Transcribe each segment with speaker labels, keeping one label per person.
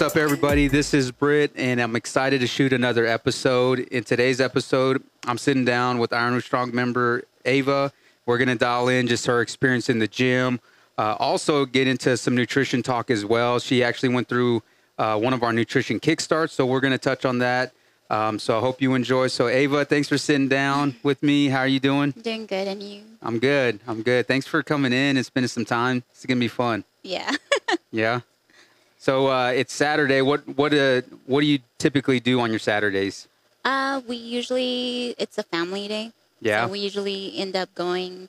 Speaker 1: up, everybody? This is Britt, and I'm excited to shoot another episode. In today's episode, I'm sitting down with Ironwood Strong member Ava. We're going to dial in just her experience in the gym, uh, also get into some nutrition talk as well. She actually went through uh, one of our nutrition kickstarts, so we're going to touch on that. Um, so I hope you enjoy. So, Ava, thanks for sitting down with me. How are you doing?
Speaker 2: Doing good, and you?
Speaker 1: I'm good. I'm good. Thanks for coming in and spending some time. It's going to be fun.
Speaker 2: Yeah.
Speaker 1: Yeah. So uh, it's Saturday. What what uh, what do you typically do on your Saturdays?
Speaker 2: Uh, we usually it's a family day.
Speaker 1: Yeah.
Speaker 2: So we usually end up going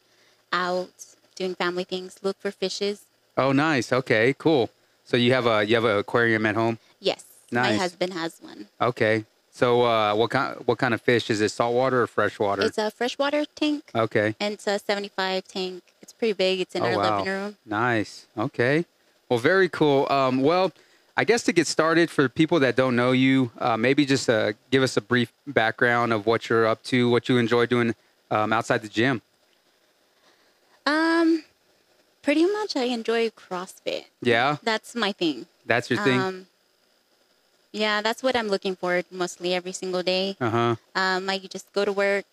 Speaker 2: out, doing family things, look for fishes.
Speaker 1: Oh, nice. Okay, cool. So you have a you have an aquarium at home.
Speaker 2: Yes. My
Speaker 1: Nice.
Speaker 2: husband has one.
Speaker 1: Okay. So uh, what kind what kind of fish is it? Saltwater or freshwater?
Speaker 2: It's a freshwater tank.
Speaker 1: okay.
Speaker 2: And it's a 75 tank. It's pretty big. It's in
Speaker 1: Oh,
Speaker 2: our
Speaker 1: wow.
Speaker 2: living room.
Speaker 1: Nice. Okay. Well, very cool. Um, well, I guess to get started, for people that don't know you, uh, maybe just uh, give us a brief background of what you're up to, what you enjoy doing um, outside the gym.
Speaker 2: Um, pretty much I enjoy CrossFit.
Speaker 1: Yeah,
Speaker 2: That's my thing.
Speaker 1: that's your thing.
Speaker 2: Um, yeah, that's what I'm looking forward mostly every single day.
Speaker 1: uh huh.
Speaker 2: Um, I just go to work,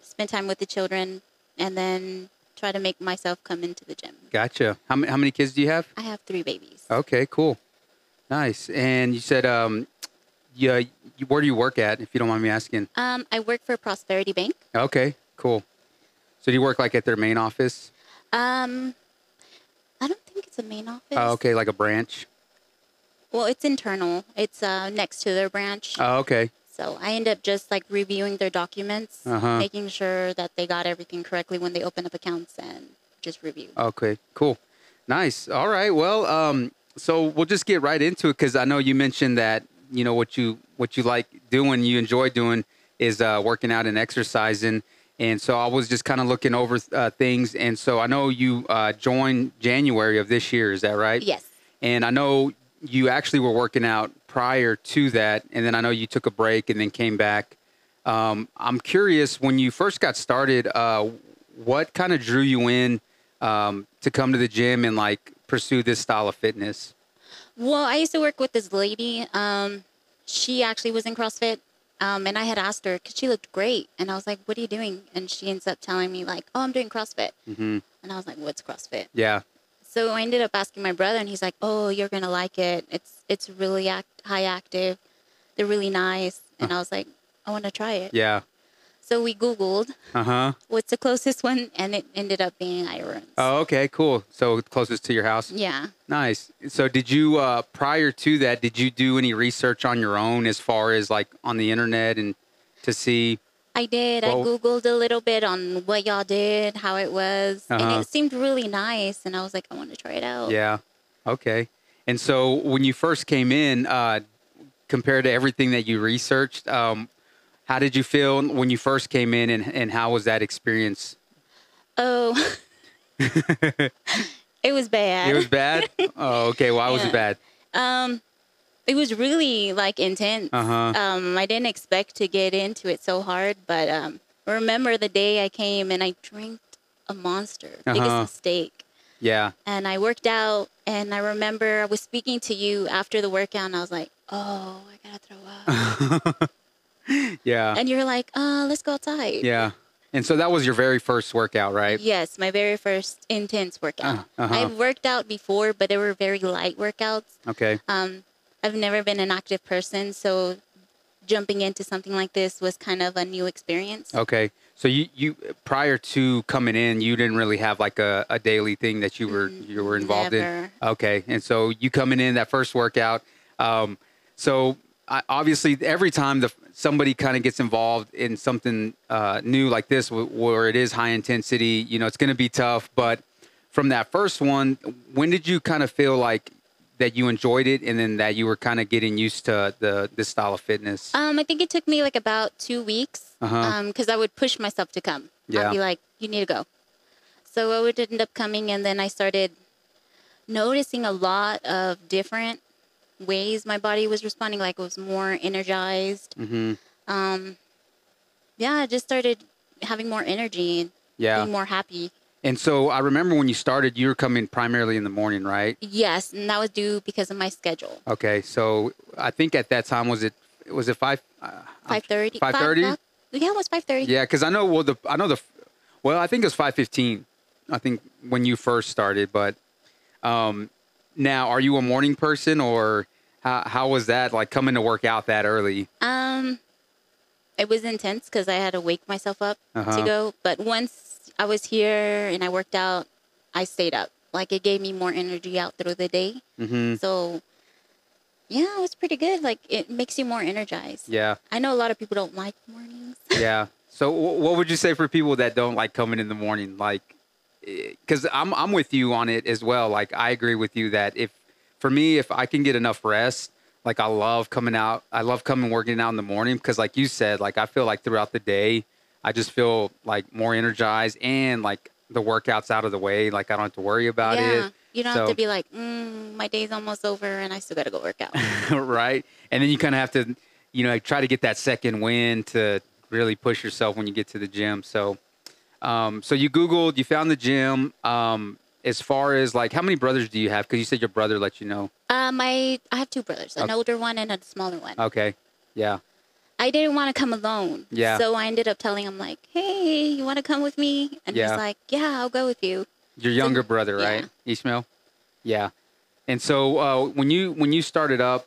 Speaker 2: spend time with the children, and then try to make myself come into the gym.
Speaker 1: Gotcha. How many how many kids do you have?
Speaker 2: I have three babies.
Speaker 1: Okay, cool, nice. And you said, um, yeah, you- where do you work at, if you don't mind me asking?
Speaker 2: Um, I work for Prosperity Bank.
Speaker 1: Okay, cool. So do you work like at their main office?
Speaker 2: Um, I don't think it's a main office.
Speaker 1: Oh, okay, like a branch.
Speaker 2: Well, it's internal. It's uh, next to their branch.
Speaker 1: Oh, okay,
Speaker 2: So I end up just like reviewing their documents,
Speaker 1: Uh-huh.
Speaker 2: making sure that they got everything correctly when they open up accounts and just review.
Speaker 1: okay, cool, nice. All right, well, um, so we'll just get right into it because I know you mentioned that you know what you what you like doing, you enjoy doing is uh, working out and exercising. And so I was just kind of looking over uh, things, and so I know you uh, joined January of this year. Is that right?
Speaker 2: Yes.
Speaker 1: And I know you actually were working out prior to that, and then I know you took a break and then came back. Um, I'm curious when you first got started, uh, what kind of drew you in um, to come to the gym and like pursue this style of fitness?
Speaker 2: Well, I used to work with this lady. Um, she actually was in CrossFit, um, and I had asked her because she looked great, and I was like, "What are you doing?" And she ends up telling me like, "Oh, I'm doing CrossFit,"
Speaker 1: Mhm.
Speaker 2: and I was like, "What's CrossFit?"
Speaker 1: Yeah.
Speaker 2: So I ended up asking my brother, and he's like, "Oh, you're gonna like it. It's it's really act- high active. They're really nice." And I was like, "I want to try it."
Speaker 1: Yeah.
Speaker 2: So we Googled
Speaker 1: Uh huh.
Speaker 2: what's the closest one, and it ended up being Irons.
Speaker 1: Oh, okay. Cool. So closest to your house.
Speaker 2: Yeah.
Speaker 1: Nice. So did you uh, prior to that? Did you do any research on your own as far as like on the internet and to see?
Speaker 2: I did. I
Speaker 1: Well-
Speaker 2: googled a little bit on what y'all did, how it was,
Speaker 1: Uh-huh.
Speaker 2: and it seemed really nice. And I was like, I want to try it out.
Speaker 1: Oh. Yeah. Okay. And so when you first came in, uh, compared to everything that you researched, um, how did you feel when you first came in and, and how was that experience?
Speaker 2: Oh, it was bad.
Speaker 1: It was bad? oh, okay. Why was it
Speaker 2: Yeah.
Speaker 1: bad?
Speaker 2: um, it was really like intense.
Speaker 1: Uh-huh.
Speaker 2: Um, I didn't expect to get into it so hard, but um, I remember the day I came and I drank a monster,
Speaker 1: Uh-huh.
Speaker 2: biggest mistake.
Speaker 1: Yeah.
Speaker 2: And I worked out, and I remember I was speaking to you after the workout, and I was like, oh, I gotta throw up.
Speaker 1: Yeah.
Speaker 2: and you're like, uh, let's go outside.
Speaker 1: Uh-huh. Yeah. And so that was your very first workout, right?
Speaker 2: Yes, my very first intense workout.
Speaker 1: Uh, uh-huh.
Speaker 2: I've worked out before, but they were very light workouts.
Speaker 1: Okay.
Speaker 2: Um, I've never been an active person, so jumping into something like this was kind of a new experience.
Speaker 1: Okay. So you, you prior to coming in, you didn't really have like a, a daily thing that you were you were involved
Speaker 2: never.
Speaker 1: in. Okay. And so you coming in that first workout. Um, so I, obviously every time the somebody kind of gets involved in something uh, new like this wh- where it is high intensity, you know, it's going to be tough. But from that first one, when did you kind of feel like that you enjoyed it and then that you were kind of getting used to the this style of fitness?
Speaker 2: Um, I think it took me like about two weeks because
Speaker 1: Uh-huh.
Speaker 2: I would push myself to come.
Speaker 1: Yeah.
Speaker 2: I'd be like, you need to go. So I would end up coming, and then I started noticing a lot of different ways my body was responding. Like, it was more energized.
Speaker 1: hmm
Speaker 2: um, yeah, I just started having more energy and
Speaker 1: Yeah.
Speaker 2: being more happy.
Speaker 1: And so I remember when you started, you were coming primarily in the morning, right?
Speaker 2: Yes, and that was due because of my schedule.
Speaker 1: Okay, so I think at that time was it was it five uh,
Speaker 2: Five thirty.
Speaker 1: 5:30?
Speaker 2: Yeah, it was five thirty.
Speaker 1: Yeah, because I know. Well, the I know the. Well, I think it was five fifteen. I think when you first started, but um, now are you a morning person or how how was that like coming to work out that early?
Speaker 2: Um, it was intense because I had to wake myself up
Speaker 1: Uh-huh.
Speaker 2: to go. But once I was here and I worked out, I stayed up. Like it gave me more energy out through the day.
Speaker 1: hmm
Speaker 2: So yeah, it was pretty good. Like it makes you more energized.
Speaker 1: Yeah,
Speaker 2: I know a lot of people don't like mornings.
Speaker 1: yeah. So wh- what would you say for people that don't like coming in the morning? Like, because I'm I'm with you on it as well. Like I agree with you that if for me if I can get enough rest. Like I love coming out. I love coming working out in the morning because, like you said, like I feel like throughout the day, I just feel like more energized and like the workouts out of the way. Like I don't have to worry about
Speaker 2: yeah.
Speaker 1: it.
Speaker 2: You don't have
Speaker 1: So-
Speaker 2: to be like, mm, my day's almost over and I still got to go work out.
Speaker 1: right? And then you kind of have to, you know, try to get that second win to really push yourself when you get to the gym. So, um, so you Googled, you found the gym. Um, as far as like, how many brothers do you have? Because you said your brother let you know.
Speaker 2: uh, my, I have two brothers, an
Speaker 1: Okay. Uh,
Speaker 2: older one and a smaller one.
Speaker 1: Okay, yeah,
Speaker 2: I didn't want to come alone.
Speaker 1: Yeah.
Speaker 2: So I ended up telling him like, "Hey, you want to come with me?" And
Speaker 1: Yeah.
Speaker 2: he's like, "Yeah, I'll go with you."
Speaker 1: your younger brother, right, Ishmael? Yeah. And so uh, when you when you started up,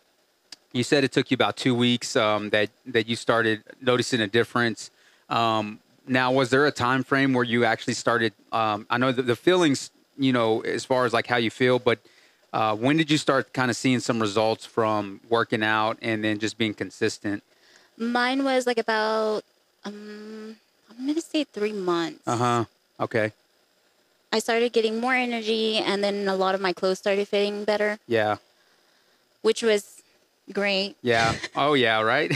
Speaker 1: you said it took you about two weeks um, that that you started noticing a difference. Um, now, was there a time frame where you actually started? Um, I know the, the feelings, you know, as far as like how you feel, but uh, when did you start kind of seeing some results from working out and then just being consistent?
Speaker 2: Mine was like about, um, I'm gonna say three months.
Speaker 1: Uh huh. Okay.
Speaker 2: I started getting more energy, and then a lot of my clothes started fitting better,
Speaker 1: Yeah.
Speaker 2: which was great.
Speaker 1: Yeah. Oh yeah. Right.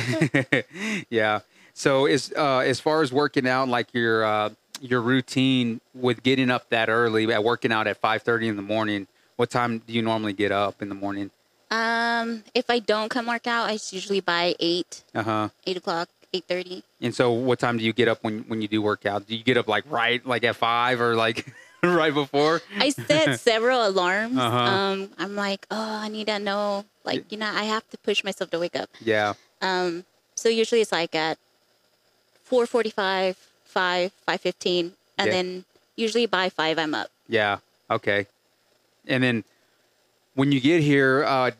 Speaker 1: yeah. So as uh, as far as working out, like your uh, your routine with getting up that early, at working out at five thirty in the morning. What time do you normally get up in the morning?
Speaker 2: Um, if I don't come work out, I usually by eight,
Speaker 1: Uh huh.
Speaker 2: eight o'clock, eight thirty.
Speaker 1: And so, what time do you get up when when you do work out? Do you get up like right, like at five, or like right before?
Speaker 2: I set several alarms.
Speaker 1: Uh-huh.
Speaker 2: Um, I'm like, oh, I need to know, like, you know, I have to push myself to wake up.
Speaker 1: Yeah.
Speaker 2: Um, so usually it's like at 4:45, 5, 5:15, and
Speaker 1: Yeah.
Speaker 2: then usually by 5 I'm up.
Speaker 1: Yeah. Okay. And then when you get here, uh,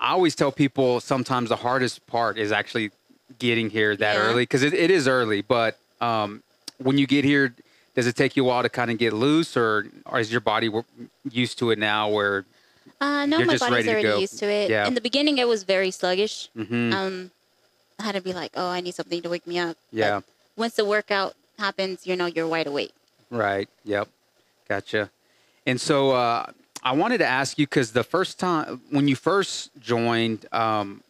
Speaker 1: I always tell people sometimes the hardest part is actually getting here that
Speaker 2: Yeah.
Speaker 1: early because it, it is early. But um, when you get here, does it take you a while to kind of get loose, or, or is your body w- used to it now? Where
Speaker 2: Uh, no,
Speaker 1: You're
Speaker 2: my
Speaker 1: just ready
Speaker 2: body's
Speaker 1: to
Speaker 2: already
Speaker 1: go.
Speaker 2: used to it.
Speaker 1: Yeah.
Speaker 2: In the beginning, it was very sluggish.
Speaker 1: Mhm.
Speaker 2: Um, I had to be like, oh, I need something to wake me up. But
Speaker 1: yeah,
Speaker 2: once the workout happens, you know, you're wide awake.
Speaker 1: right, yep, gotcha. And so uh, I wanted to ask you because the first time when you first joined, um,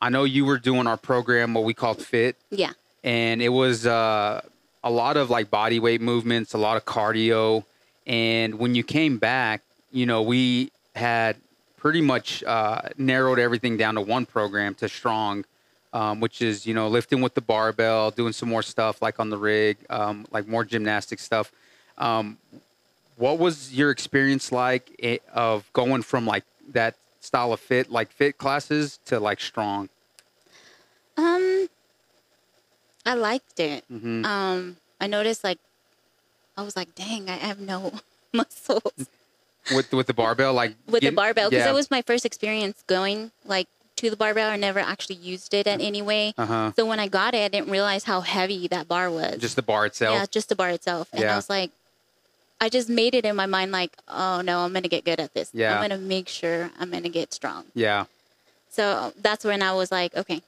Speaker 1: I know you were doing our program what we called Fit,
Speaker 2: Yeah.
Speaker 1: and it was uh, a lot of like body weight movements, a lot of cardio. And when you came back, you know, we had pretty much uh, narrowed everything down to one program to strong, um, which is you know lifting with the barbell, doing some more stuff like on the rig, um, like more gymnastic stuff. Um, what was your experience like i of going from like that style of fit, like fit classes, to like strong?
Speaker 2: Um, I liked it.
Speaker 1: hmm
Speaker 2: Um, I noticed like, I was like, dang, I have no muscles.
Speaker 1: with with the barbell, like
Speaker 2: with
Speaker 1: get-
Speaker 2: the barbell because
Speaker 1: Mm, yeah.
Speaker 2: it was my first experience going like to the barbell. I never actually used it in any way.
Speaker 1: Uh huh.
Speaker 2: So when I got it, I didn't realize how heavy that bar was.
Speaker 1: Just the bar
Speaker 2: yeah,
Speaker 1: itself.
Speaker 2: just the bar itself. And
Speaker 1: Yeah.
Speaker 2: I was like, I just made it in my mind like, oh no, I'm gonna get good at this.
Speaker 1: Yeah.
Speaker 2: I'm gonna make sure I'm gonna get strong.
Speaker 1: Yeah.
Speaker 2: So that's when I was like, okay,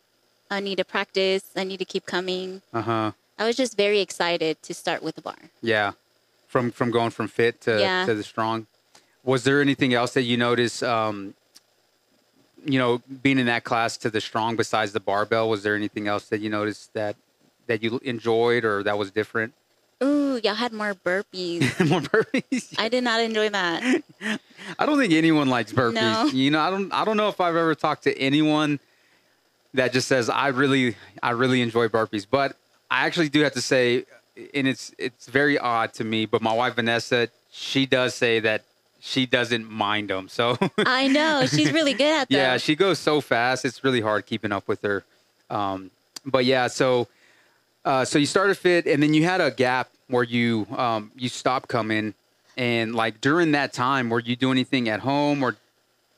Speaker 2: I need to practice. I need to keep coming.
Speaker 1: Uh huh.
Speaker 2: I was just very excited to start with the bar.
Speaker 1: Yeah. From from going from fit to
Speaker 2: Yeah.
Speaker 1: to the strong. Was there anything else that you noticed? Um, you know, being in that class to the strong besides the barbell, was there anything else that you noticed that that you enjoyed or that was different?
Speaker 2: Ooh, y'all had more burpees.
Speaker 1: More burpees.
Speaker 2: I did not enjoy that.
Speaker 1: I don't think anyone likes burpees.
Speaker 2: No.
Speaker 1: You know, I don't I don't know if I've ever talked to anyone that just says I really I really enjoy burpees, but I actually do have to say and it's it's very odd to me. But my wife Vanessa, she does say that she doesn't mind them. So
Speaker 2: I know she's really good at that.
Speaker 1: yeah, she goes so fast. It's really hard keeping up with her. Um, but yeah, so uh, so you started fit, and then you had a gap where you um, you stopped coming, and like during that time, were you doing anything at home or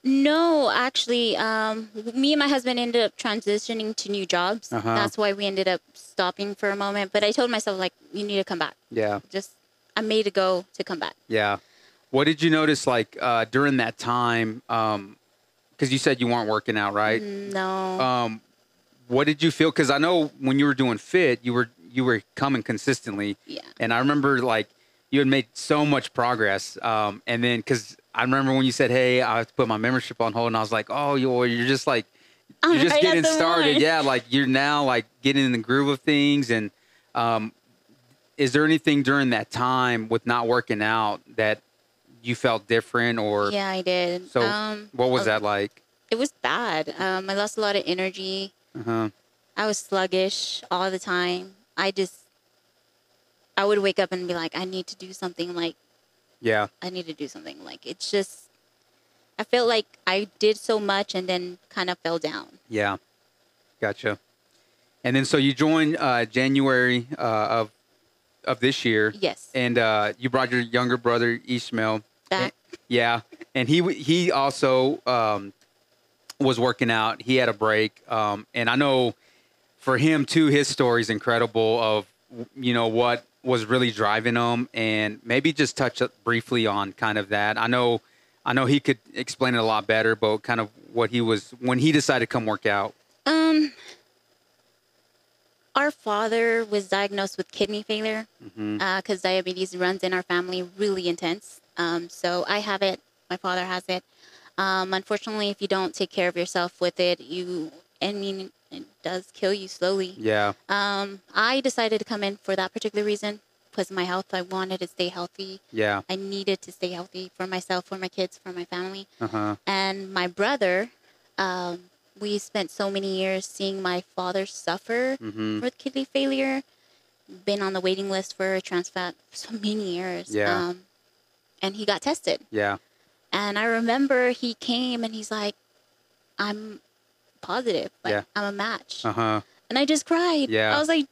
Speaker 2: No, actually, um, me and my husband ended up transitioning to new jobs.
Speaker 1: Uh-huh.
Speaker 2: That's why we ended up stopping for a moment. But I told myself, like, you need to come back.
Speaker 1: yeah
Speaker 2: Just, I made a go to come back.
Speaker 1: yeah? What did you notice like uh, during that time? Because you said you weren't working out, right?
Speaker 2: No.
Speaker 1: um, what did you feel? Because I know when you were doing fit, you were you were coming consistently,
Speaker 2: Yeah.
Speaker 1: and I remember like you had made so much progress. Um, and then because I remember when you said, "Hey, I have to put my membership on hold," and I was like, "Oh, you're you're just like
Speaker 2: I'm
Speaker 1: you're um, just
Speaker 2: right at
Speaker 1: getting
Speaker 2: the
Speaker 1: started,
Speaker 2: line.
Speaker 1: yeah. Like you're now like getting in the groove of things." And um, is there anything during that time with not working out that you felt different or
Speaker 2: yeah, I did.
Speaker 1: so?
Speaker 2: um,
Speaker 1: what was
Speaker 2: oh,
Speaker 1: that like?
Speaker 2: It was bad. Um, I lost a lot of energy.
Speaker 1: Uh-huh.
Speaker 2: I was sluggish all the time. I just, I would wake up and be like, I need to do something. Like,
Speaker 1: Yeah,
Speaker 2: I need to do something. Like, it's just, I felt like I did so much and then kind of fell down.
Speaker 1: Yeah, gotcha. And then so you joined uh, January uh, of of this year,
Speaker 2: Yes.
Speaker 1: and uh, you brought your younger brother Ishmael.
Speaker 2: Back.
Speaker 1: Yeah, and he w- he also um, was working out. He had a break, um, and I know for him too, his story is incredible. Of you know what was really driving him, and maybe just touch up briefly on kind of that. I know, I know he could explain it a lot better, but kind of what he was when he decided to come work out.
Speaker 2: Um, our father was diagnosed with kidney failure because
Speaker 1: Mm-hmm.
Speaker 2: diabetes runs in our family really intense. Um, so I have it. My father has it. Um, unfortunately, if you don't take care of yourself with it, you, I mean, it does kill you slowly.
Speaker 1: Yeah.
Speaker 2: Um, I decided to come in for that particular reason because of my health. I wanted to stay healthy.
Speaker 1: Yeah.
Speaker 2: I needed to stay healthy for myself, for my kids, for my family.
Speaker 1: Uh huh.
Speaker 2: and my brother, um, we spent so many years seeing my father suffer
Speaker 1: hmm
Speaker 2: with kidney failure. Been on the waiting list for a trans fat for so many years.
Speaker 1: Yeah.
Speaker 2: Um, and he got tested.
Speaker 1: Yeah.
Speaker 2: And I remember he came and he's like, I'm positive. Like,
Speaker 1: Yeah.
Speaker 2: I'm a match.
Speaker 1: Uh huh.
Speaker 2: And I just cried.
Speaker 1: Yeah.
Speaker 2: I was like,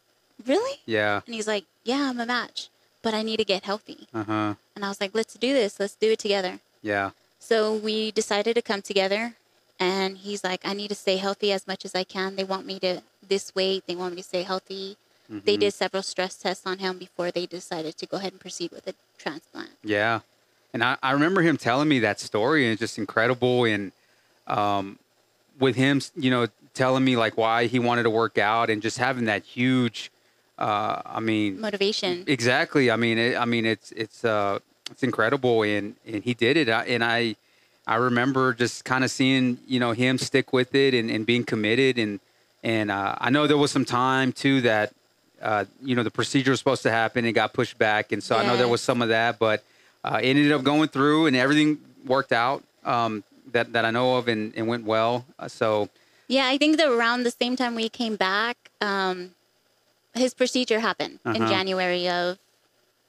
Speaker 2: really?
Speaker 1: Yeah.
Speaker 2: And he's like, yeah, I'm a match, but I need to get healthy.
Speaker 1: Uh huh.
Speaker 2: And I was like, let's do this. Let's do it together.
Speaker 1: Yeah.
Speaker 2: So we decided to come together, and he's like, I need to stay healthy as much as I can. They want me to this weight. They want me to stay healthy. They
Speaker 1: Mhm.
Speaker 2: did several stress tests on him before they decided to go ahead and proceed with a transplant.
Speaker 1: Yeah. And I, I remember him telling me that story, and it's just incredible. And um, with him, you know, telling me like why he wanted to work out, and just having that huge, uh, I mean,
Speaker 2: Motivation.
Speaker 1: Mm-hmm. Exactly. I mean, it, I mean, it's it's uh, it's incredible, and and he did it. I, and I, I remember just kind of seeing you know him stick with it and, and being committed, and and uh, I know there was some time too that uh, you know the procedure was supposed to happen and got pushed back, and so I know there was
Speaker 2: Yes.
Speaker 1: some of that, but uh, it ended up going through and everything worked out um, that that I know of and, and went well. Uh, so
Speaker 2: Yeah, I think that around the same time we came back, um, his procedure happened in
Speaker 1: Uh-huh.
Speaker 2: January of,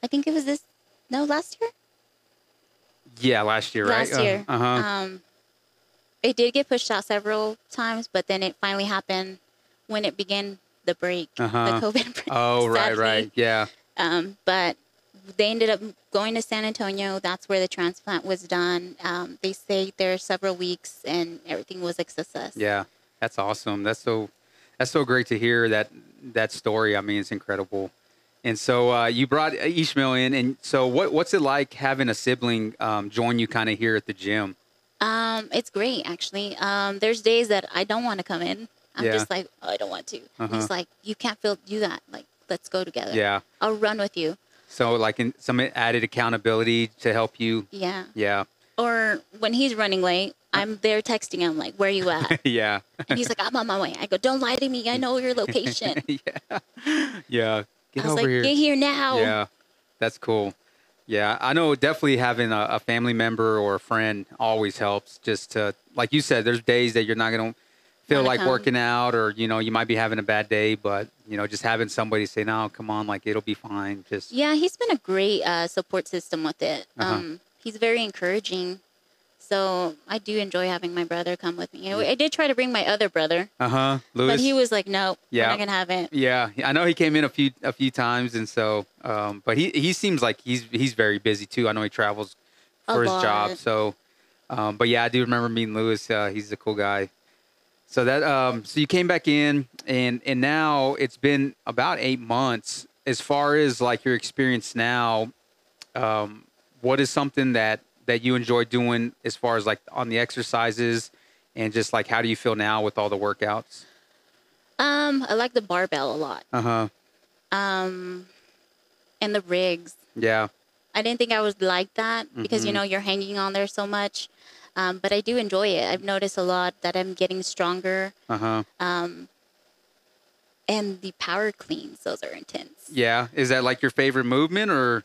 Speaker 2: I think it was this, no, last year?
Speaker 1: yeah, last year, right?
Speaker 2: Last year.
Speaker 1: Uh huh.
Speaker 2: Um, it did get pushed out several times, but then it finally happened when it began the break,
Speaker 1: Uh-huh.
Speaker 2: the COVID break.
Speaker 1: oh, right,
Speaker 2: sadly.
Speaker 1: right. Yeah.
Speaker 2: Um, but they ended up going to San Antonio. That's where the transplant was done. Um, they stayed there several weeks, and everything was a success.
Speaker 1: Yeah, that's awesome. That's so that's so great to hear that that story. I mean, it's incredible. And so uh, you brought Ishmael in, and so what what's it like having a sibling um, join you kind of here at the gym?
Speaker 2: Um, it's great, actually. Um, there's days that I don't want to come in. I'm
Speaker 1: Yeah.
Speaker 2: just like, oh, I don't want to. And
Speaker 1: Uh-huh.
Speaker 2: He's like, you can't feel do that. Like, let's go together.
Speaker 1: Yeah.
Speaker 2: I'll run with you.
Speaker 1: So like in some added accountability to help you.
Speaker 2: Yeah.
Speaker 1: Yeah.
Speaker 2: Or when he's running late, I'm there texting him like, where you at?
Speaker 1: yeah.
Speaker 2: and he's like, I'm on my way. I go, don't lie to me. I know your location.
Speaker 1: Yeah. Get
Speaker 2: I was
Speaker 1: over
Speaker 2: like,
Speaker 1: here.
Speaker 2: get here now.
Speaker 1: Yeah, that's cool. Yeah, I know definitely having a, a family member or a friend always helps. Just to, like you said, there's days that you're not going to feel
Speaker 2: wanna
Speaker 1: like
Speaker 2: come.
Speaker 1: working out or you know you might be having a bad day but you know just having somebody say no come on like it'll be fine just
Speaker 2: Yeah, he's been a great uh, support system with it.
Speaker 1: Uh-huh.
Speaker 2: Um, he's very encouraging. So I do enjoy having my brother come with me. I, I did try to bring my other brother,
Speaker 1: uh-huh
Speaker 2: but
Speaker 1: Lewis
Speaker 2: he was like, "No,
Speaker 1: Yeah.
Speaker 2: we're not gonna have it."
Speaker 1: yeah I know he came in a few a few times and so um but he he seems like he's he's very busy too I know he travels
Speaker 2: A
Speaker 1: for his job
Speaker 2: lot.
Speaker 1: so um but yeah I do remember meeting Lewis uh, he's a cool guy so that um so you came back in and and now it's been about 8 months as far as like your experience now um, what is something that that you enjoy doing as far as like on the exercises and just like how do you feel now with all the workouts
Speaker 2: Um, I like the barbell a lot.
Speaker 1: uh-huh
Speaker 2: Um, and the rigs.
Speaker 1: yeah
Speaker 2: I didn't think I would like that because you
Speaker 1: Mhm.
Speaker 2: know you're hanging on there so much. Um, but I do enjoy it. I've noticed a lot that I'm getting stronger.
Speaker 1: uh-huh
Speaker 2: Um, and the power cleans, those are intense.
Speaker 1: yeah is that like your favorite movement or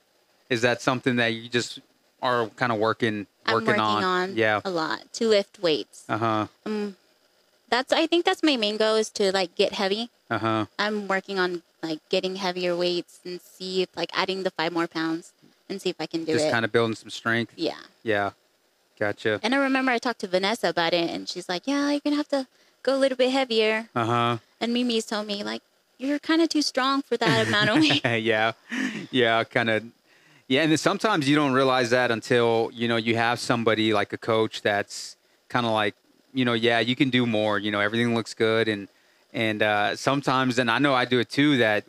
Speaker 1: is that something that you just are kind of working
Speaker 2: I'm
Speaker 1: working,
Speaker 2: working, on,
Speaker 1: yeah
Speaker 2: a lot to lift weights.
Speaker 1: uh-huh
Speaker 2: Um, that's I think that's my main goal is to like get heavy.
Speaker 1: uh-huh
Speaker 2: I'm working on like getting heavier weights and see if like adding the five more pounds and see if I can do
Speaker 1: just
Speaker 2: it.
Speaker 1: kind of building some strength
Speaker 2: yeah.
Speaker 1: yeah gotcha
Speaker 2: And I remember I talked to Vanessa about it and she's like, "Yeah, you're gonna have to go a little bit heavier."
Speaker 1: uh-huh
Speaker 2: And Mimi's told me like, "You're kind of too strong for that amount of weight."
Speaker 1: yeah, yeah, kind of. Yeah, and then sometimes you don't realize that until you know you have somebody like a coach that's kind of like, you know, yeah, you can do more. You know, everything looks good, and and uh, sometimes, and I know I do it too. That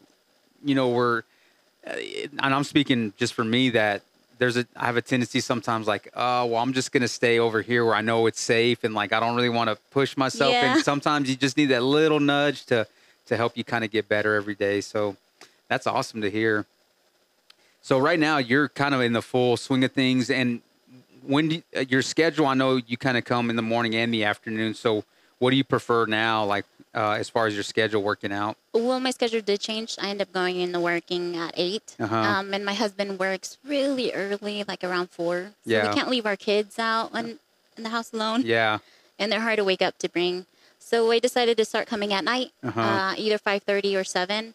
Speaker 1: you know we're, uh, and I'm speaking just for me that there's a I have a tendency sometimes like, oh, well, I'm just gonna stay over here where I know it's safe, and like I don't really want to push myself.
Speaker 2: Yeah.
Speaker 1: And sometimes you just need that little nudge to to help you kind of get better every day. So that's awesome to hear. So right now you're kind of in the full swing of things, and when do you, uh, your schedule, I know you kind of come in the morning and the afternoon. So what do you prefer now, like uh, as far as your schedule working out?
Speaker 2: Well, my schedule did change. I end up going into working at 8
Speaker 1: Uh-huh.
Speaker 2: um, and my husband works really early, like around four. So
Speaker 1: Yeah.
Speaker 2: we can't leave our kids out on, in the house alone,
Speaker 1: Yeah,
Speaker 2: and they're hard to wake up to bring. So I decided to start coming at night,
Speaker 1: Uh-huh.
Speaker 2: uh, either five thirty or seven.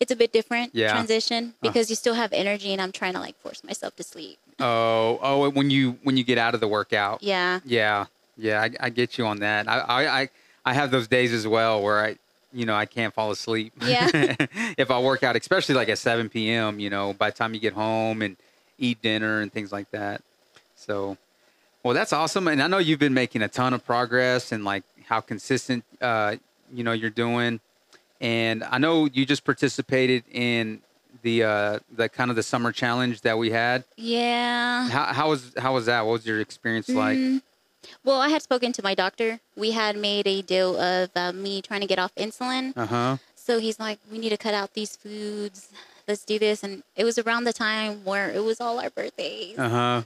Speaker 2: It's a bit different
Speaker 1: Yeah. Uh-huh.
Speaker 2: transition because you still have energy, and I'm trying to like force myself to sleep.
Speaker 1: Oh, oh, when you when you get out of the workout.
Speaker 2: Yeah,
Speaker 1: Yeah, yeah, I, I get you on that. I, I, I, I have those days as well where I, you know, I can't fall asleep.
Speaker 2: Yeah.
Speaker 1: if I work out, especially like at 7 p.m., you know, by the time you get home and eat dinner and things like that. So, well, that's awesome. And I know you've been making a ton of progress and like how consistent, uh, you know, you're doing. And I know you just participated in the uh, the kind of the summer challenge that we had.
Speaker 2: Mm-hmm. yeah.
Speaker 1: How how was how was that? What was your experience like?
Speaker 2: Mm. Well, I had spoken to my doctor. We had made a deal of uh, me trying to get off insulin.
Speaker 1: Uh huh.
Speaker 2: So he's like, we need to cut out these foods. Let's do this. And it was around the time where it was all our birthdays.
Speaker 1: Uh huh.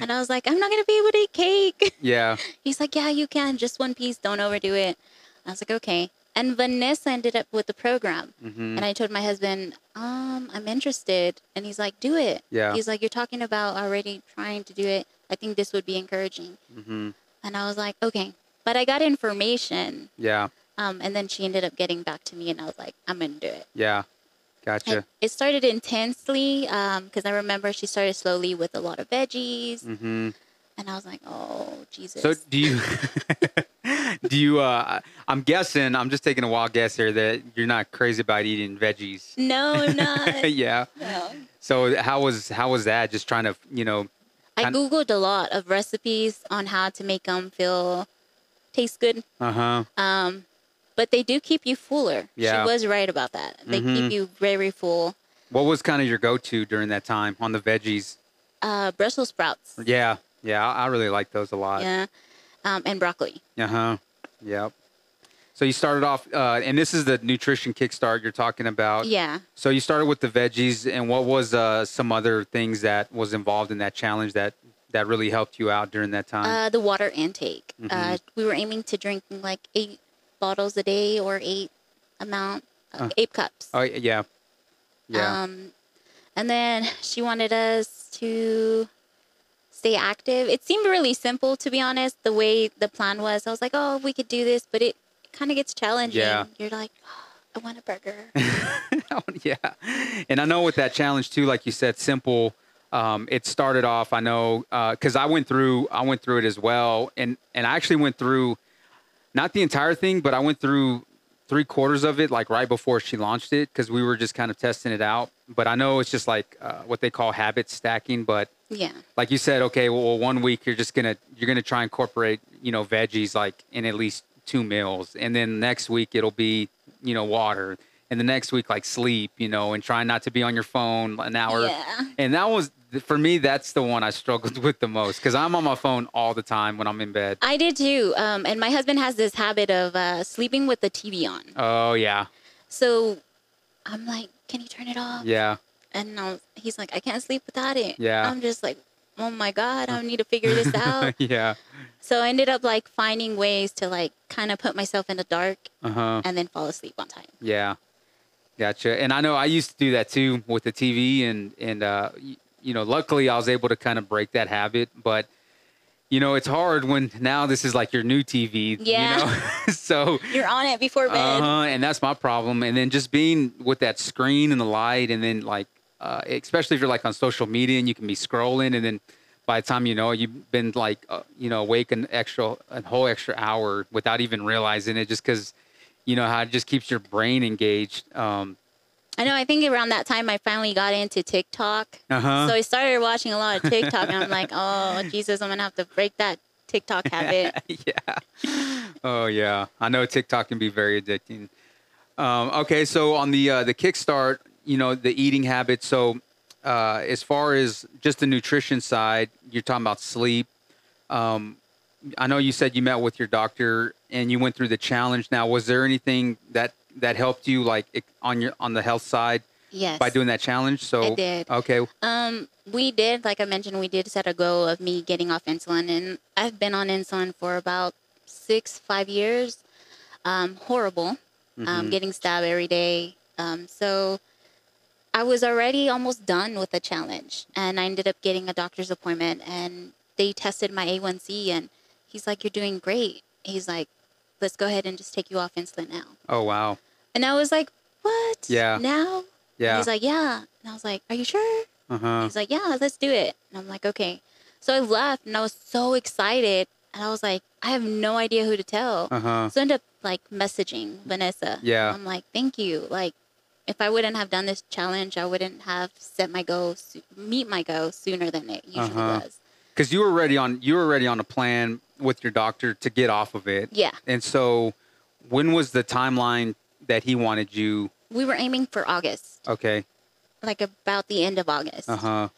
Speaker 2: And I was like, I'm not going to be able to eat cake.
Speaker 1: Yeah.
Speaker 2: He's like, yeah, you can. Just one piece. Don't overdo it. I was like, okay. And Vanessa ended up with the program.
Speaker 1: hmm
Speaker 2: And I told my husband, um, I'm interested. And he's like, do it.
Speaker 1: Yeah.
Speaker 2: He's like, you're talking about already trying to do it. I think this would be encouraging.
Speaker 1: hmm
Speaker 2: And I was like, okay. But I got information.
Speaker 1: Yeah.
Speaker 2: Um, and then she ended up getting back to me. And I was like, I'm going to do it.
Speaker 1: Yeah.
Speaker 2: I-
Speaker 1: Gotcha.
Speaker 2: it started intensely because I remember she started slowly with a lot of veggies,
Speaker 1: hmm
Speaker 2: and I was like, "Oh Jesus!"
Speaker 1: So do you? do you? Uh, I'm guessing. I'm just taking a wild guess here that you're not crazy about eating veggies.
Speaker 2: no, I'm not.
Speaker 1: yeah.
Speaker 2: no.
Speaker 1: So how was how was that? Just trying to you know.
Speaker 2: I
Speaker 1: And-
Speaker 2: googled a lot of recipes on how to make them feel taste good,
Speaker 1: Uh huh.
Speaker 2: um, but they do keep you fuller.
Speaker 1: Yeah.
Speaker 2: She was right about that. They
Speaker 1: Mhm.
Speaker 2: keep you very full.
Speaker 1: What was kind of your go-to during that time on the veggies?
Speaker 2: Uh, Brussels sprouts,
Speaker 1: Yeah. Yeah. I, I really like those a lot.
Speaker 2: yeah, um, and broccoli.
Speaker 1: Uh huh. Yep. So you started off, uh, and this is the nutrition kickstart you're talking about.
Speaker 2: Yeah.
Speaker 1: So you started with the veggies, and what was uh, some other things that was involved in that challenge that that really helped you out during that time?
Speaker 2: Uh, the water intake. Uh,
Speaker 1: Mhm.
Speaker 2: we were aiming to drink like eight bottles a day or eight amount, uh,
Speaker 1: Uh,
Speaker 2: eight cups.
Speaker 1: oh yeah, yeah,
Speaker 2: Um, and then she wanted us to stay active. It seemed really simple, to be honest, the way the plan was. I was like, oh, we could do this, but it kind of gets challenging.
Speaker 1: Yeah.
Speaker 2: You're like, oh, I want a burger.
Speaker 1: Oh, yeah. And I know with that challenge too, like you said, simple. Um, it started off. I know because I went through. I went through it as well, and and I actually went through, not the entire thing, but I went through three quarters of it, like right before she launched it, because we were just kind of testing it out. But I know it's just like uh, what they call habit stacking. But
Speaker 2: yeah.
Speaker 1: like you said, okay, well, one week you're just gonna you're gonna try and incorporate you know veggies like in at least two meals, and then next week it'll be you know water, and the next week like sleep, you know, and trying not to be on your phone an hour.
Speaker 2: Yeah.
Speaker 1: And that was for me, that's the one I struggled with the most because I'm on my phone all the time when I'm in bed.
Speaker 2: I did too. Um, and my husband has this habit of uh, sleeping with the TV on.
Speaker 1: Oh yeah,
Speaker 2: So I'm like, can you turn it off?
Speaker 1: yeah,
Speaker 2: And I was, he's like, I can't sleep without it.
Speaker 1: Yeah.
Speaker 2: I'm just like, oh my God, I need to figure this out.
Speaker 1: yeah.
Speaker 2: so I ended up like finding ways to like kind of put myself in the dark
Speaker 1: Uh huh.
Speaker 2: and then fall asleep on time.
Speaker 1: Yeah, gotcha. And I know I used to do that too with the TV, and and uh, y- you know, luckily I was able to kind of break that habit. But you know, it's hard when now this is like your new TV.
Speaker 2: Yeah.
Speaker 1: You know? so.
Speaker 2: You're on it before bed.
Speaker 1: Uh huh. And that's my problem. And then just being with that screen and the light, and then like, uh, especially if you're like on social media and you can be scrolling, and then by the time you know it, you've been like, uh, you know, awake an extra, a whole extra hour without even realizing it, just because, you know, how it just keeps your brain engaged. Um,
Speaker 2: I know. I think around that time, I finally got into TikTok.
Speaker 1: Uh-huh.
Speaker 2: So I started watching a lot of TikTok, and I'm like, oh, Jesus, I'm going to have to break that TikTok habit.
Speaker 1: yeah. Oh yeah, I know TikTok can be very addicting. Um, okay, so on the uh, the kickstart, you know the eating habits. So uh, as far as just the nutrition side, you're talking about sleep. Um, I know you said you met with your doctor and you went through the challenge. Now, was there anything that that helped you like it- on your on the health side
Speaker 2: Yes.
Speaker 1: by doing that challenge? So
Speaker 2: It did.
Speaker 1: Okay.
Speaker 2: Um, we did, like I mentioned, we did set a goal of me getting off insulin, and I've been on insulin for about six, five years. Um, horrible.
Speaker 1: Mm-hmm.
Speaker 2: Um, getting stabbed every day. Um, so I was already almost done with the challenge, and I ended up getting a doctor's appointment, and they tested my A1C, and he's like, "You're doing great." He's like, "Let's go ahead and just take you off insulin now."
Speaker 1: Oh wow.
Speaker 2: And I was like, "What?
Speaker 1: Yeah.
Speaker 2: Now?" And
Speaker 1: Yeah.
Speaker 2: He's like, "Yeah." And I was like, "Are you sure?"
Speaker 1: uh huh.
Speaker 2: He's like, yeah, let's do it. And I'm like, okay. So I left and I was so excited. And I was like, I have no idea who to tell.
Speaker 1: Uh huh.
Speaker 2: So I ended up like messaging Vanessa.
Speaker 1: Yeah.
Speaker 2: I'm like, thank you. Like, if I wouldn't have done this challenge, I wouldn't have set my goal, so- meet my goal sooner than it usually
Speaker 1: Uh-huh.
Speaker 2: was.
Speaker 1: because you were already on you were already on a plan with your doctor to get off of it
Speaker 2: Yeah.
Speaker 1: and so when was the timeline that he wanted you
Speaker 2: We were aiming for August,
Speaker 1: okay
Speaker 2: like about the end of August.
Speaker 1: uh-huh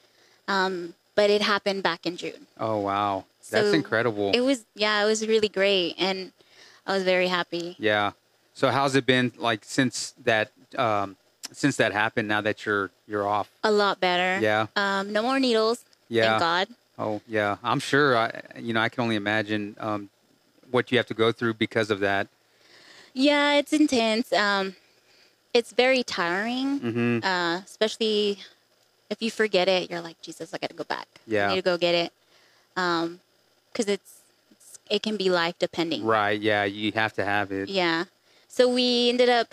Speaker 2: Um, but it happened back in June.
Speaker 1: oh wow that's
Speaker 2: So,
Speaker 1: incredible
Speaker 2: It was, yeah, it was really great. And I was very happy.
Speaker 1: yeah so how's it been like since that um since that happened now that you're you're off
Speaker 2: A lot better.
Speaker 1: yeah
Speaker 2: Um, no more needles.
Speaker 1: yeah
Speaker 2: Thank God.
Speaker 1: oh yeah i'm sure i you know i can only imagine um what you have to go through because of that
Speaker 2: Yeah, it's intense. Um, it's very tiring,
Speaker 1: mm-hmm
Speaker 2: uh, especially if you forget it. You're like, Jesus, I got to go back.
Speaker 1: Yeah.
Speaker 2: I need to go get it. Um, because it's, it's it can be life depending.
Speaker 1: right yeah you have to have it
Speaker 2: Yeah. So we ended up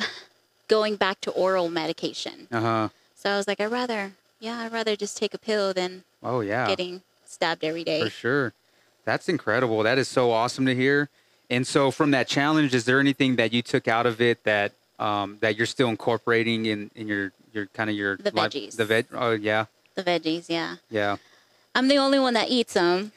Speaker 2: going back to oral medication.
Speaker 1: uh-huh
Speaker 2: So I was like, I would rather, yeah, I'd rather just take a pill than
Speaker 1: oh yeah
Speaker 2: getting stabbed every day.
Speaker 1: For sure. That's incredible. That is so awesome to hear. And so from that challenge, is there anything that you took out of it that um, that you're still incorporating in, in your your kind of your
Speaker 2: The
Speaker 1: life-
Speaker 2: veggies.
Speaker 1: The veg oh yeah.
Speaker 2: The veggies, yeah.
Speaker 1: Yeah.
Speaker 2: I'm the only one that eats them,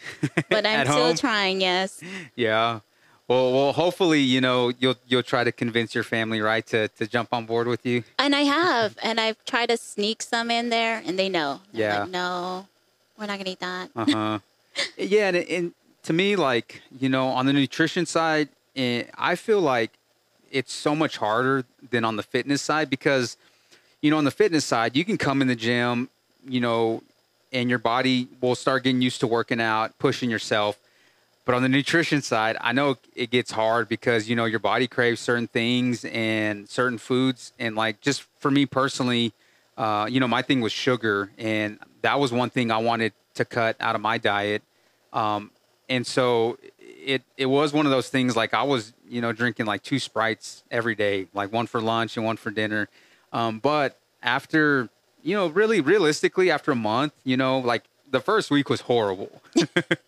Speaker 2: but I'm
Speaker 1: At
Speaker 2: still
Speaker 1: home?
Speaker 2: trying. Yes.
Speaker 1: Yeah. Well well hopefully, you know, you'll you'll try to convince your family, right, to to jump on board with you.
Speaker 2: And I have, and I've tried to sneak some in there, and they know. They're
Speaker 1: Yeah.
Speaker 2: Like, no, we're not gonna eat that.
Speaker 1: Uh-huh. yeah, and, and to me, like, you know, on the nutrition side, eh, I feel like it's so much harder than on the fitness side because, you know, on the fitness side, you can come in the gym, you know, and your body will start getting used to working out, pushing yourself. But on the nutrition side, I know it gets hard because, you know, your body craves certain things and certain foods. And like, just for me personally, uh, you know, my thing was sugar. And that was one thing I wanted to cut out of my diet. Um, and so it it was one of those things like I was, you know, drinking like two Sprites every day, like one for lunch and one for dinner. Um, but after, you know, really realistically after a month, you know, like the first week was horrible.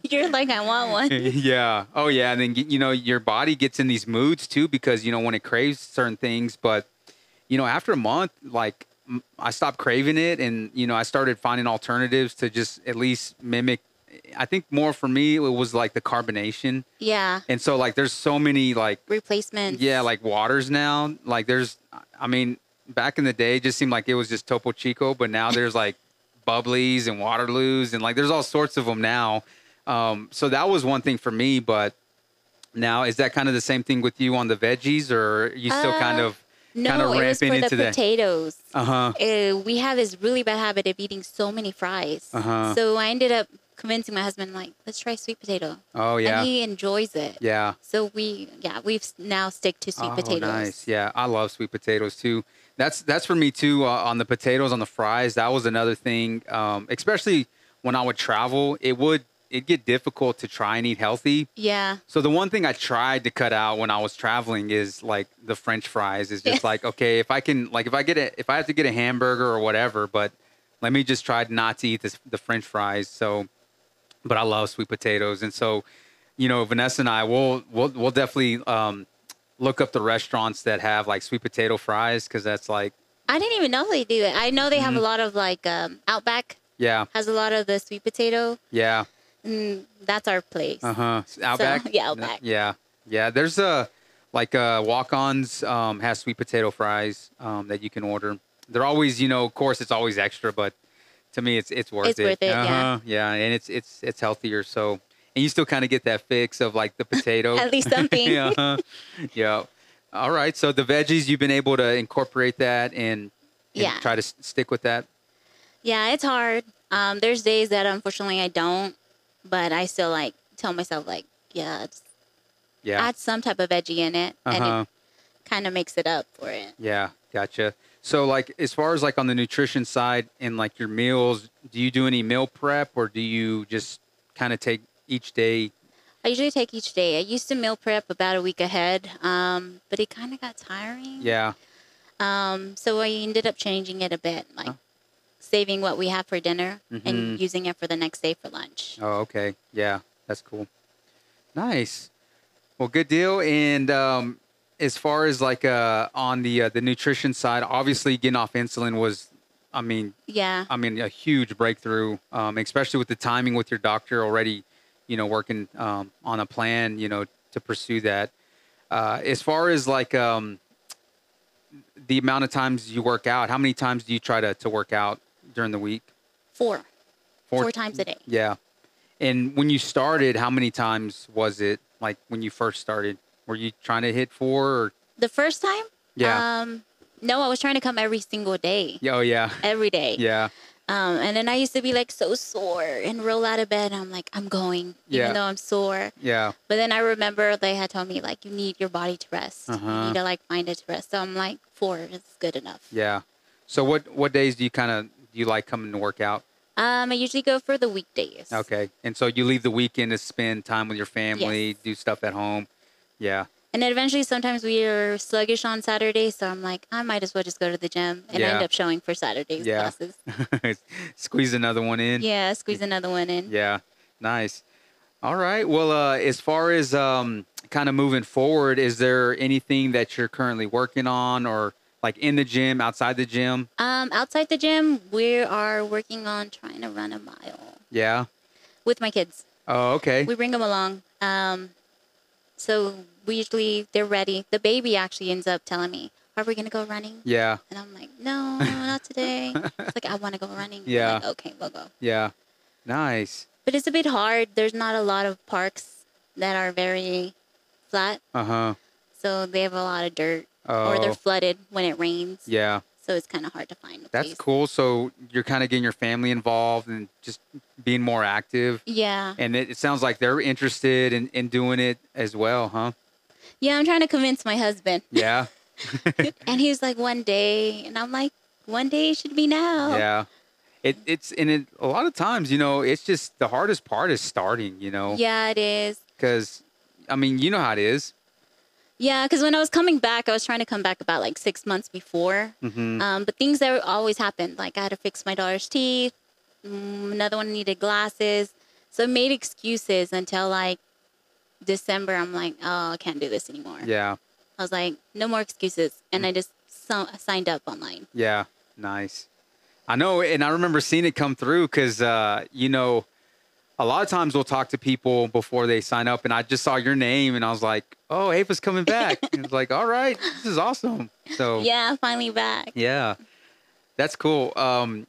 Speaker 2: You're like, I want one.
Speaker 1: yeah. Oh yeah. And then you know your body gets in these moods too because you know when it craves certain things, but you know after a month, like m- I stopped craving it, and you know I started finding alternatives to just at least mimic. I think more for me it was like the carbonation,
Speaker 2: Yeah.
Speaker 1: and so like there's so many like
Speaker 2: Replacement.
Speaker 1: yeah like waters now. Like there's I mean back in the day it just seemed like it was just Topo Chico, but now there's like Bubblies and Waterloos and like there's all sorts of them now. Um, so that was one thing for me, but now is that kind of the same thing with you on the veggies, or are you still kind
Speaker 2: Uh,
Speaker 1: of kind
Speaker 2: No,
Speaker 1: of
Speaker 2: it was
Speaker 1: ramping
Speaker 2: for the
Speaker 1: into that?
Speaker 2: potatoes.
Speaker 1: Uh huh.
Speaker 2: Uh, we have this really bad habit of eating so many fries.
Speaker 1: Uh-huh.
Speaker 2: So I ended up convincing my husband, like, let's try sweet potato.
Speaker 1: Oh yeah,
Speaker 2: And he enjoys it.
Speaker 1: yeah.
Speaker 2: So we, yeah, we've s- now stick to sweet potatoes.
Speaker 1: Oh, Nice. Yeah, I love sweet potatoes too. That's that's for me too. Uh, on the potatoes, on the fries, that was another thing. Um, especially when I would travel, it would it get difficult to try and eat healthy.
Speaker 2: Yeah.
Speaker 1: So the one thing I tried to cut out when I was traveling is like the French fries. Is just like okay, if I can like if I get a, if I have to get a hamburger or whatever, but let me just try not to eat this, the French fries. So, but I love sweet potatoes, and so you know Vanessa and I will we'll we'll definitely um, look up the restaurants that have like sweet potato fries because that's like
Speaker 2: I didn't even know they do it. I know they have a
Speaker 1: Mhm.
Speaker 2: lot of like um, Outback
Speaker 1: yeah
Speaker 2: has a lot of the sweet potato.
Speaker 1: yeah
Speaker 2: And Mm, that's our place.
Speaker 1: Uh huh. Outback.
Speaker 2: yeah,
Speaker 1: N-
Speaker 2: Outback.
Speaker 1: Yeah, yeah. There's a like uh, walk-ons um, has sweet potato fries um, that you can order. They're always, you know, of course, it's always extra, but to me, it's it's worth
Speaker 2: It's
Speaker 1: it.
Speaker 2: worth it, yeah.
Speaker 1: Uh-huh, yeah, and it's it's it's healthier. So, and you still kind of get that fix of like the potato.
Speaker 2: At least something.
Speaker 1: yeah. uh-huh. Yeah. All right. So the veggies, you've been able to incorporate that and, and
Speaker 2: Yeah.
Speaker 1: try to s- stick with that.
Speaker 2: Yeah, it's hard. Um, there's days that unfortunately I don't, but I still like tell myself like, yeah, just
Speaker 1: Yeah. Uh-huh.
Speaker 2: add some type of veggie in it, and it kind of makes it up for it.
Speaker 1: Yeah, gotcha. So like as far as like on the nutrition side and like your meals, do you do any meal prep or do you just kind of take each day?
Speaker 2: I usually take each day. I used to meal prep about a week ahead, um, but it kind of got tiring.
Speaker 1: Yeah.
Speaker 2: Um, so I ended up changing it a bit, like
Speaker 1: Huh.
Speaker 2: saving what we have for dinner
Speaker 1: Mhm.
Speaker 2: and using it for the next day for lunch.
Speaker 1: Oh, okay. Yeah, that's cool. Nice. Well, good deal. And um as far as like uh on the uh, the nutrition side, obviously getting off insulin was I mean,
Speaker 2: Yeah.
Speaker 1: I mean, a huge breakthrough, um, especially with the timing with your doctor already, you know, working um, on a plan, you know, to pursue that. Uh, as far as like um, the amount of times you work out, how many times do you try to, to work out during the week?
Speaker 2: Four. Four times a day.
Speaker 1: Yeah. And when you started, how many times was it like when you first started? Were you trying to hit four? Or,
Speaker 2: The first time?
Speaker 1: yeah.
Speaker 2: Um, no, I was trying to come every single day.
Speaker 1: yeah. Oh, yeah.
Speaker 2: Every day.
Speaker 1: Yeah.
Speaker 2: Um, and then I used to be like so sore and roll out of bed. I'm like, I'm going,
Speaker 1: Yeah.
Speaker 2: even though I'm sore.
Speaker 1: Yeah.
Speaker 2: But then I remember they had told me like, you need your body to rest. You
Speaker 1: Uh-huh.
Speaker 2: need to like find it to rest. So I'm like, four is good enough.
Speaker 1: Yeah. So what, what days do you kind of, do you like coming to work out?
Speaker 2: Um, I usually go for the weekdays.
Speaker 1: Okay. And so you leave the weekend to spend time with your family, do stuff at home. Yeah.
Speaker 2: And then eventually, sometimes we are sluggish on Saturday, so I'm like, I might as well just go to the gym, and I end
Speaker 1: Yeah.
Speaker 2: up showing for Saturday's
Speaker 1: Yeah.
Speaker 2: classes.
Speaker 1: Squeeze another one in.
Speaker 2: Yeah, squeeze another one in.
Speaker 1: Yeah. Nice. All right. Well, uh, as far as um, kind of moving forward, is there anything that you're currently working on or like in the gym, outside the gym?
Speaker 2: Um, outside the gym, we are working on trying to run a mile
Speaker 1: Yeah.
Speaker 2: with my kids.
Speaker 1: Oh, okay.
Speaker 2: We bring them along. Um, so we usually they're ready. The baby actually ends up telling me, "Are we gonna go running?"
Speaker 1: Yeah.
Speaker 2: And I'm like, "No, not today." it's like I want to go running. I'm
Speaker 1: Yeah.
Speaker 2: like, okay, we'll go.
Speaker 1: Yeah. Nice.
Speaker 2: But it's a bit hard. There's not a lot of parks that are very flat.
Speaker 1: Uh huh.
Speaker 2: So they have a lot of dirt,
Speaker 1: Oh,
Speaker 2: or they're flooded when it rains.
Speaker 1: yeah.
Speaker 2: So it's kind of hard to find. A
Speaker 1: That's
Speaker 2: place.
Speaker 1: cool. So you're kind of getting your family involved and just being more active.
Speaker 2: Yeah,
Speaker 1: And it, it sounds like they're interested in, in doing it as well, huh?
Speaker 2: yeah. I'm trying to convince my husband,
Speaker 1: Yeah.
Speaker 2: and he was like, "One day," and I'm like, "One day should be now."
Speaker 1: Yeah. It, it's and it, a lot of times, you know, it's just the hardest part is starting, you know,
Speaker 2: Yeah, it is.
Speaker 1: because I mean, you know how it is.
Speaker 2: Yeah, because when I was coming back, I was trying to come back about like six months before.
Speaker 1: Mhm.
Speaker 2: Um, but things that always happened, like I had to fix my daughter's teeth, mm, another one needed glasses. So I made excuses until like December. I'm like, oh, I can't do this anymore.
Speaker 1: Yeah,
Speaker 2: I was like, no more excuses. And I just so- signed up online.
Speaker 1: yeah, nice. I know, and I remember seeing it come through because uh, you know, a lot of times we'll talk to people before they sign up, and I just saw your name, and I was like, "Oh, Ava's coming back!" and it's like, "All right, this is awesome." So
Speaker 2: Yeah, finally back.
Speaker 1: Yeah, that's cool. Um,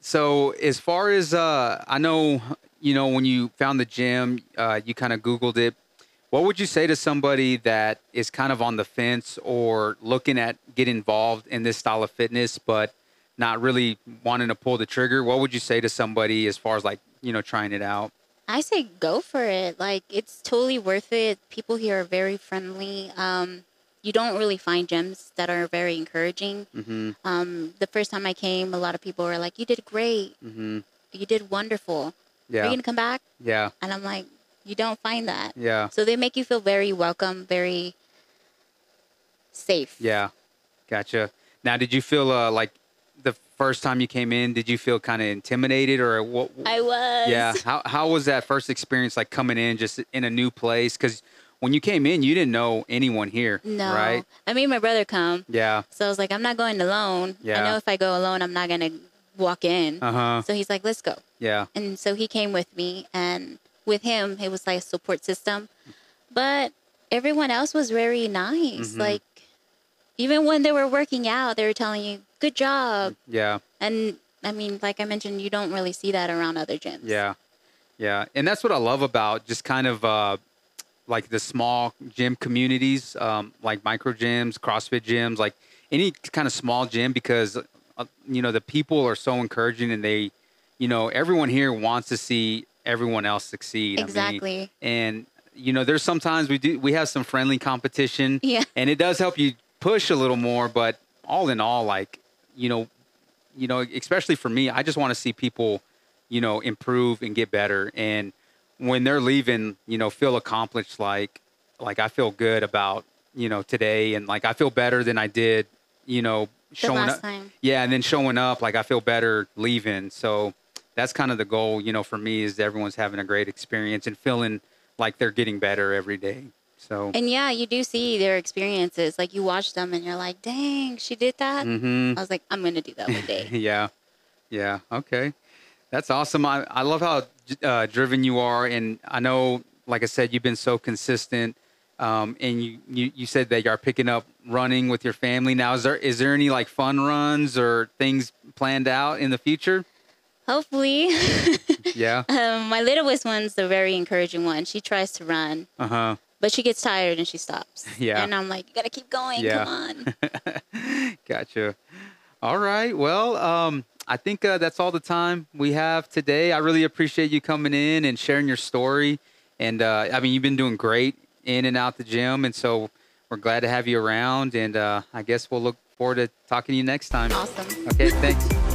Speaker 1: so as far as uh, I know, you know, when you found the gym, uh, you kind of Googled it. What would you say to somebody that is kind of on the fence or looking at get involved in this style of fitness, but not really wanting to pull the trigger? What would you say to somebody as far as like you know trying it out?
Speaker 2: I say go for it. Like it's totally worth it. People here are very friendly. Um, you don't really find gyms that are very encouraging.
Speaker 1: Mm-hmm.
Speaker 2: Um, the first time I came, a lot of people were like, "You did great.
Speaker 1: Mm-hmm.
Speaker 2: You did wonderful. Are you
Speaker 1: Yeah.
Speaker 2: gonna come back?"
Speaker 1: Yeah.
Speaker 2: And I'm like, "You don't find that."
Speaker 1: Yeah.
Speaker 2: So they make you feel very welcome, very safe.
Speaker 1: Yeah, gotcha. Now, did you feel uh, like the first time you came in? Did you feel kind of intimidated or what?
Speaker 2: I was.
Speaker 1: yeah. How how was that first experience like coming in just in a new place? Because when you came in, you didn't know anyone here,
Speaker 2: No.
Speaker 1: right?
Speaker 2: I made my brother come,
Speaker 1: Yeah.
Speaker 2: so I was like, "I'm not going alone.
Speaker 1: Yeah.
Speaker 2: I know if I go alone, I'm not gonna walk in."
Speaker 1: Uh huh.
Speaker 2: So he's like, "Let's go."
Speaker 1: Yeah.
Speaker 2: and so he came with me and with him it was like a support system but everyone else was very nice
Speaker 1: Mhm.
Speaker 2: like even when they were working out they were telling you good job
Speaker 1: Yeah.
Speaker 2: and i mean like i mentioned you don't really see that around other gyms
Speaker 1: Yeah. Yeah. And that's what I love about just kind of uh, like the small gym communities, um, like micro gyms, CrossFit gyms, like any kind of small gym, because, uh, you know, the people are so encouraging and they, you know, everyone here wants to see everyone else succeed. I mean,
Speaker 2: exactly
Speaker 1: and, you know, there's sometimes we do, we have some friendly competition
Speaker 2: yeah
Speaker 1: and it does help you push a little more, but all in all, like, you know, you know, especially for me, I just want to see people, you know, improve and get better. And when they're leaving, you know, feel accomplished. Like, like I feel good about, you know, today, and like I feel better than I did, you know,
Speaker 2: the
Speaker 1: showing
Speaker 2: last
Speaker 1: up.
Speaker 2: time
Speaker 1: Yeah, and then showing up, like I feel better leaving. So that's kind of the goal, you know, for me is everyone's having a great experience and feeling like they're getting better every day. So.
Speaker 2: and yeah you do see their experiences like you watch them and you're like dang she did that
Speaker 1: hmm
Speaker 2: i was like i'm gonna do that one day
Speaker 1: yeah yeah okay that's awesome i, I love how uh, driven you are and i know like i said you've been so consistent um, and you, you you said that you are picking up running with your family now is there is there any like fun runs or things planned out in the future
Speaker 2: hopefully
Speaker 1: yeah
Speaker 2: um, my littlest one's a very encouraging one she tries to run
Speaker 1: uh-huh
Speaker 2: but she gets tired and she stops.
Speaker 1: Yeah.
Speaker 2: And I'm like, you gotta keep going.
Speaker 1: Yeah.
Speaker 2: Come on.
Speaker 1: gotcha. All right. Well, um, I think uh, that's all the time we have today. I really appreciate you coming in and sharing your story. And uh, I mean, you've been doing great in and out the gym. And so we're glad to have you around. And uh, I guess we'll look forward to talking to you next time.
Speaker 2: awesome.
Speaker 1: Okay. Thanks.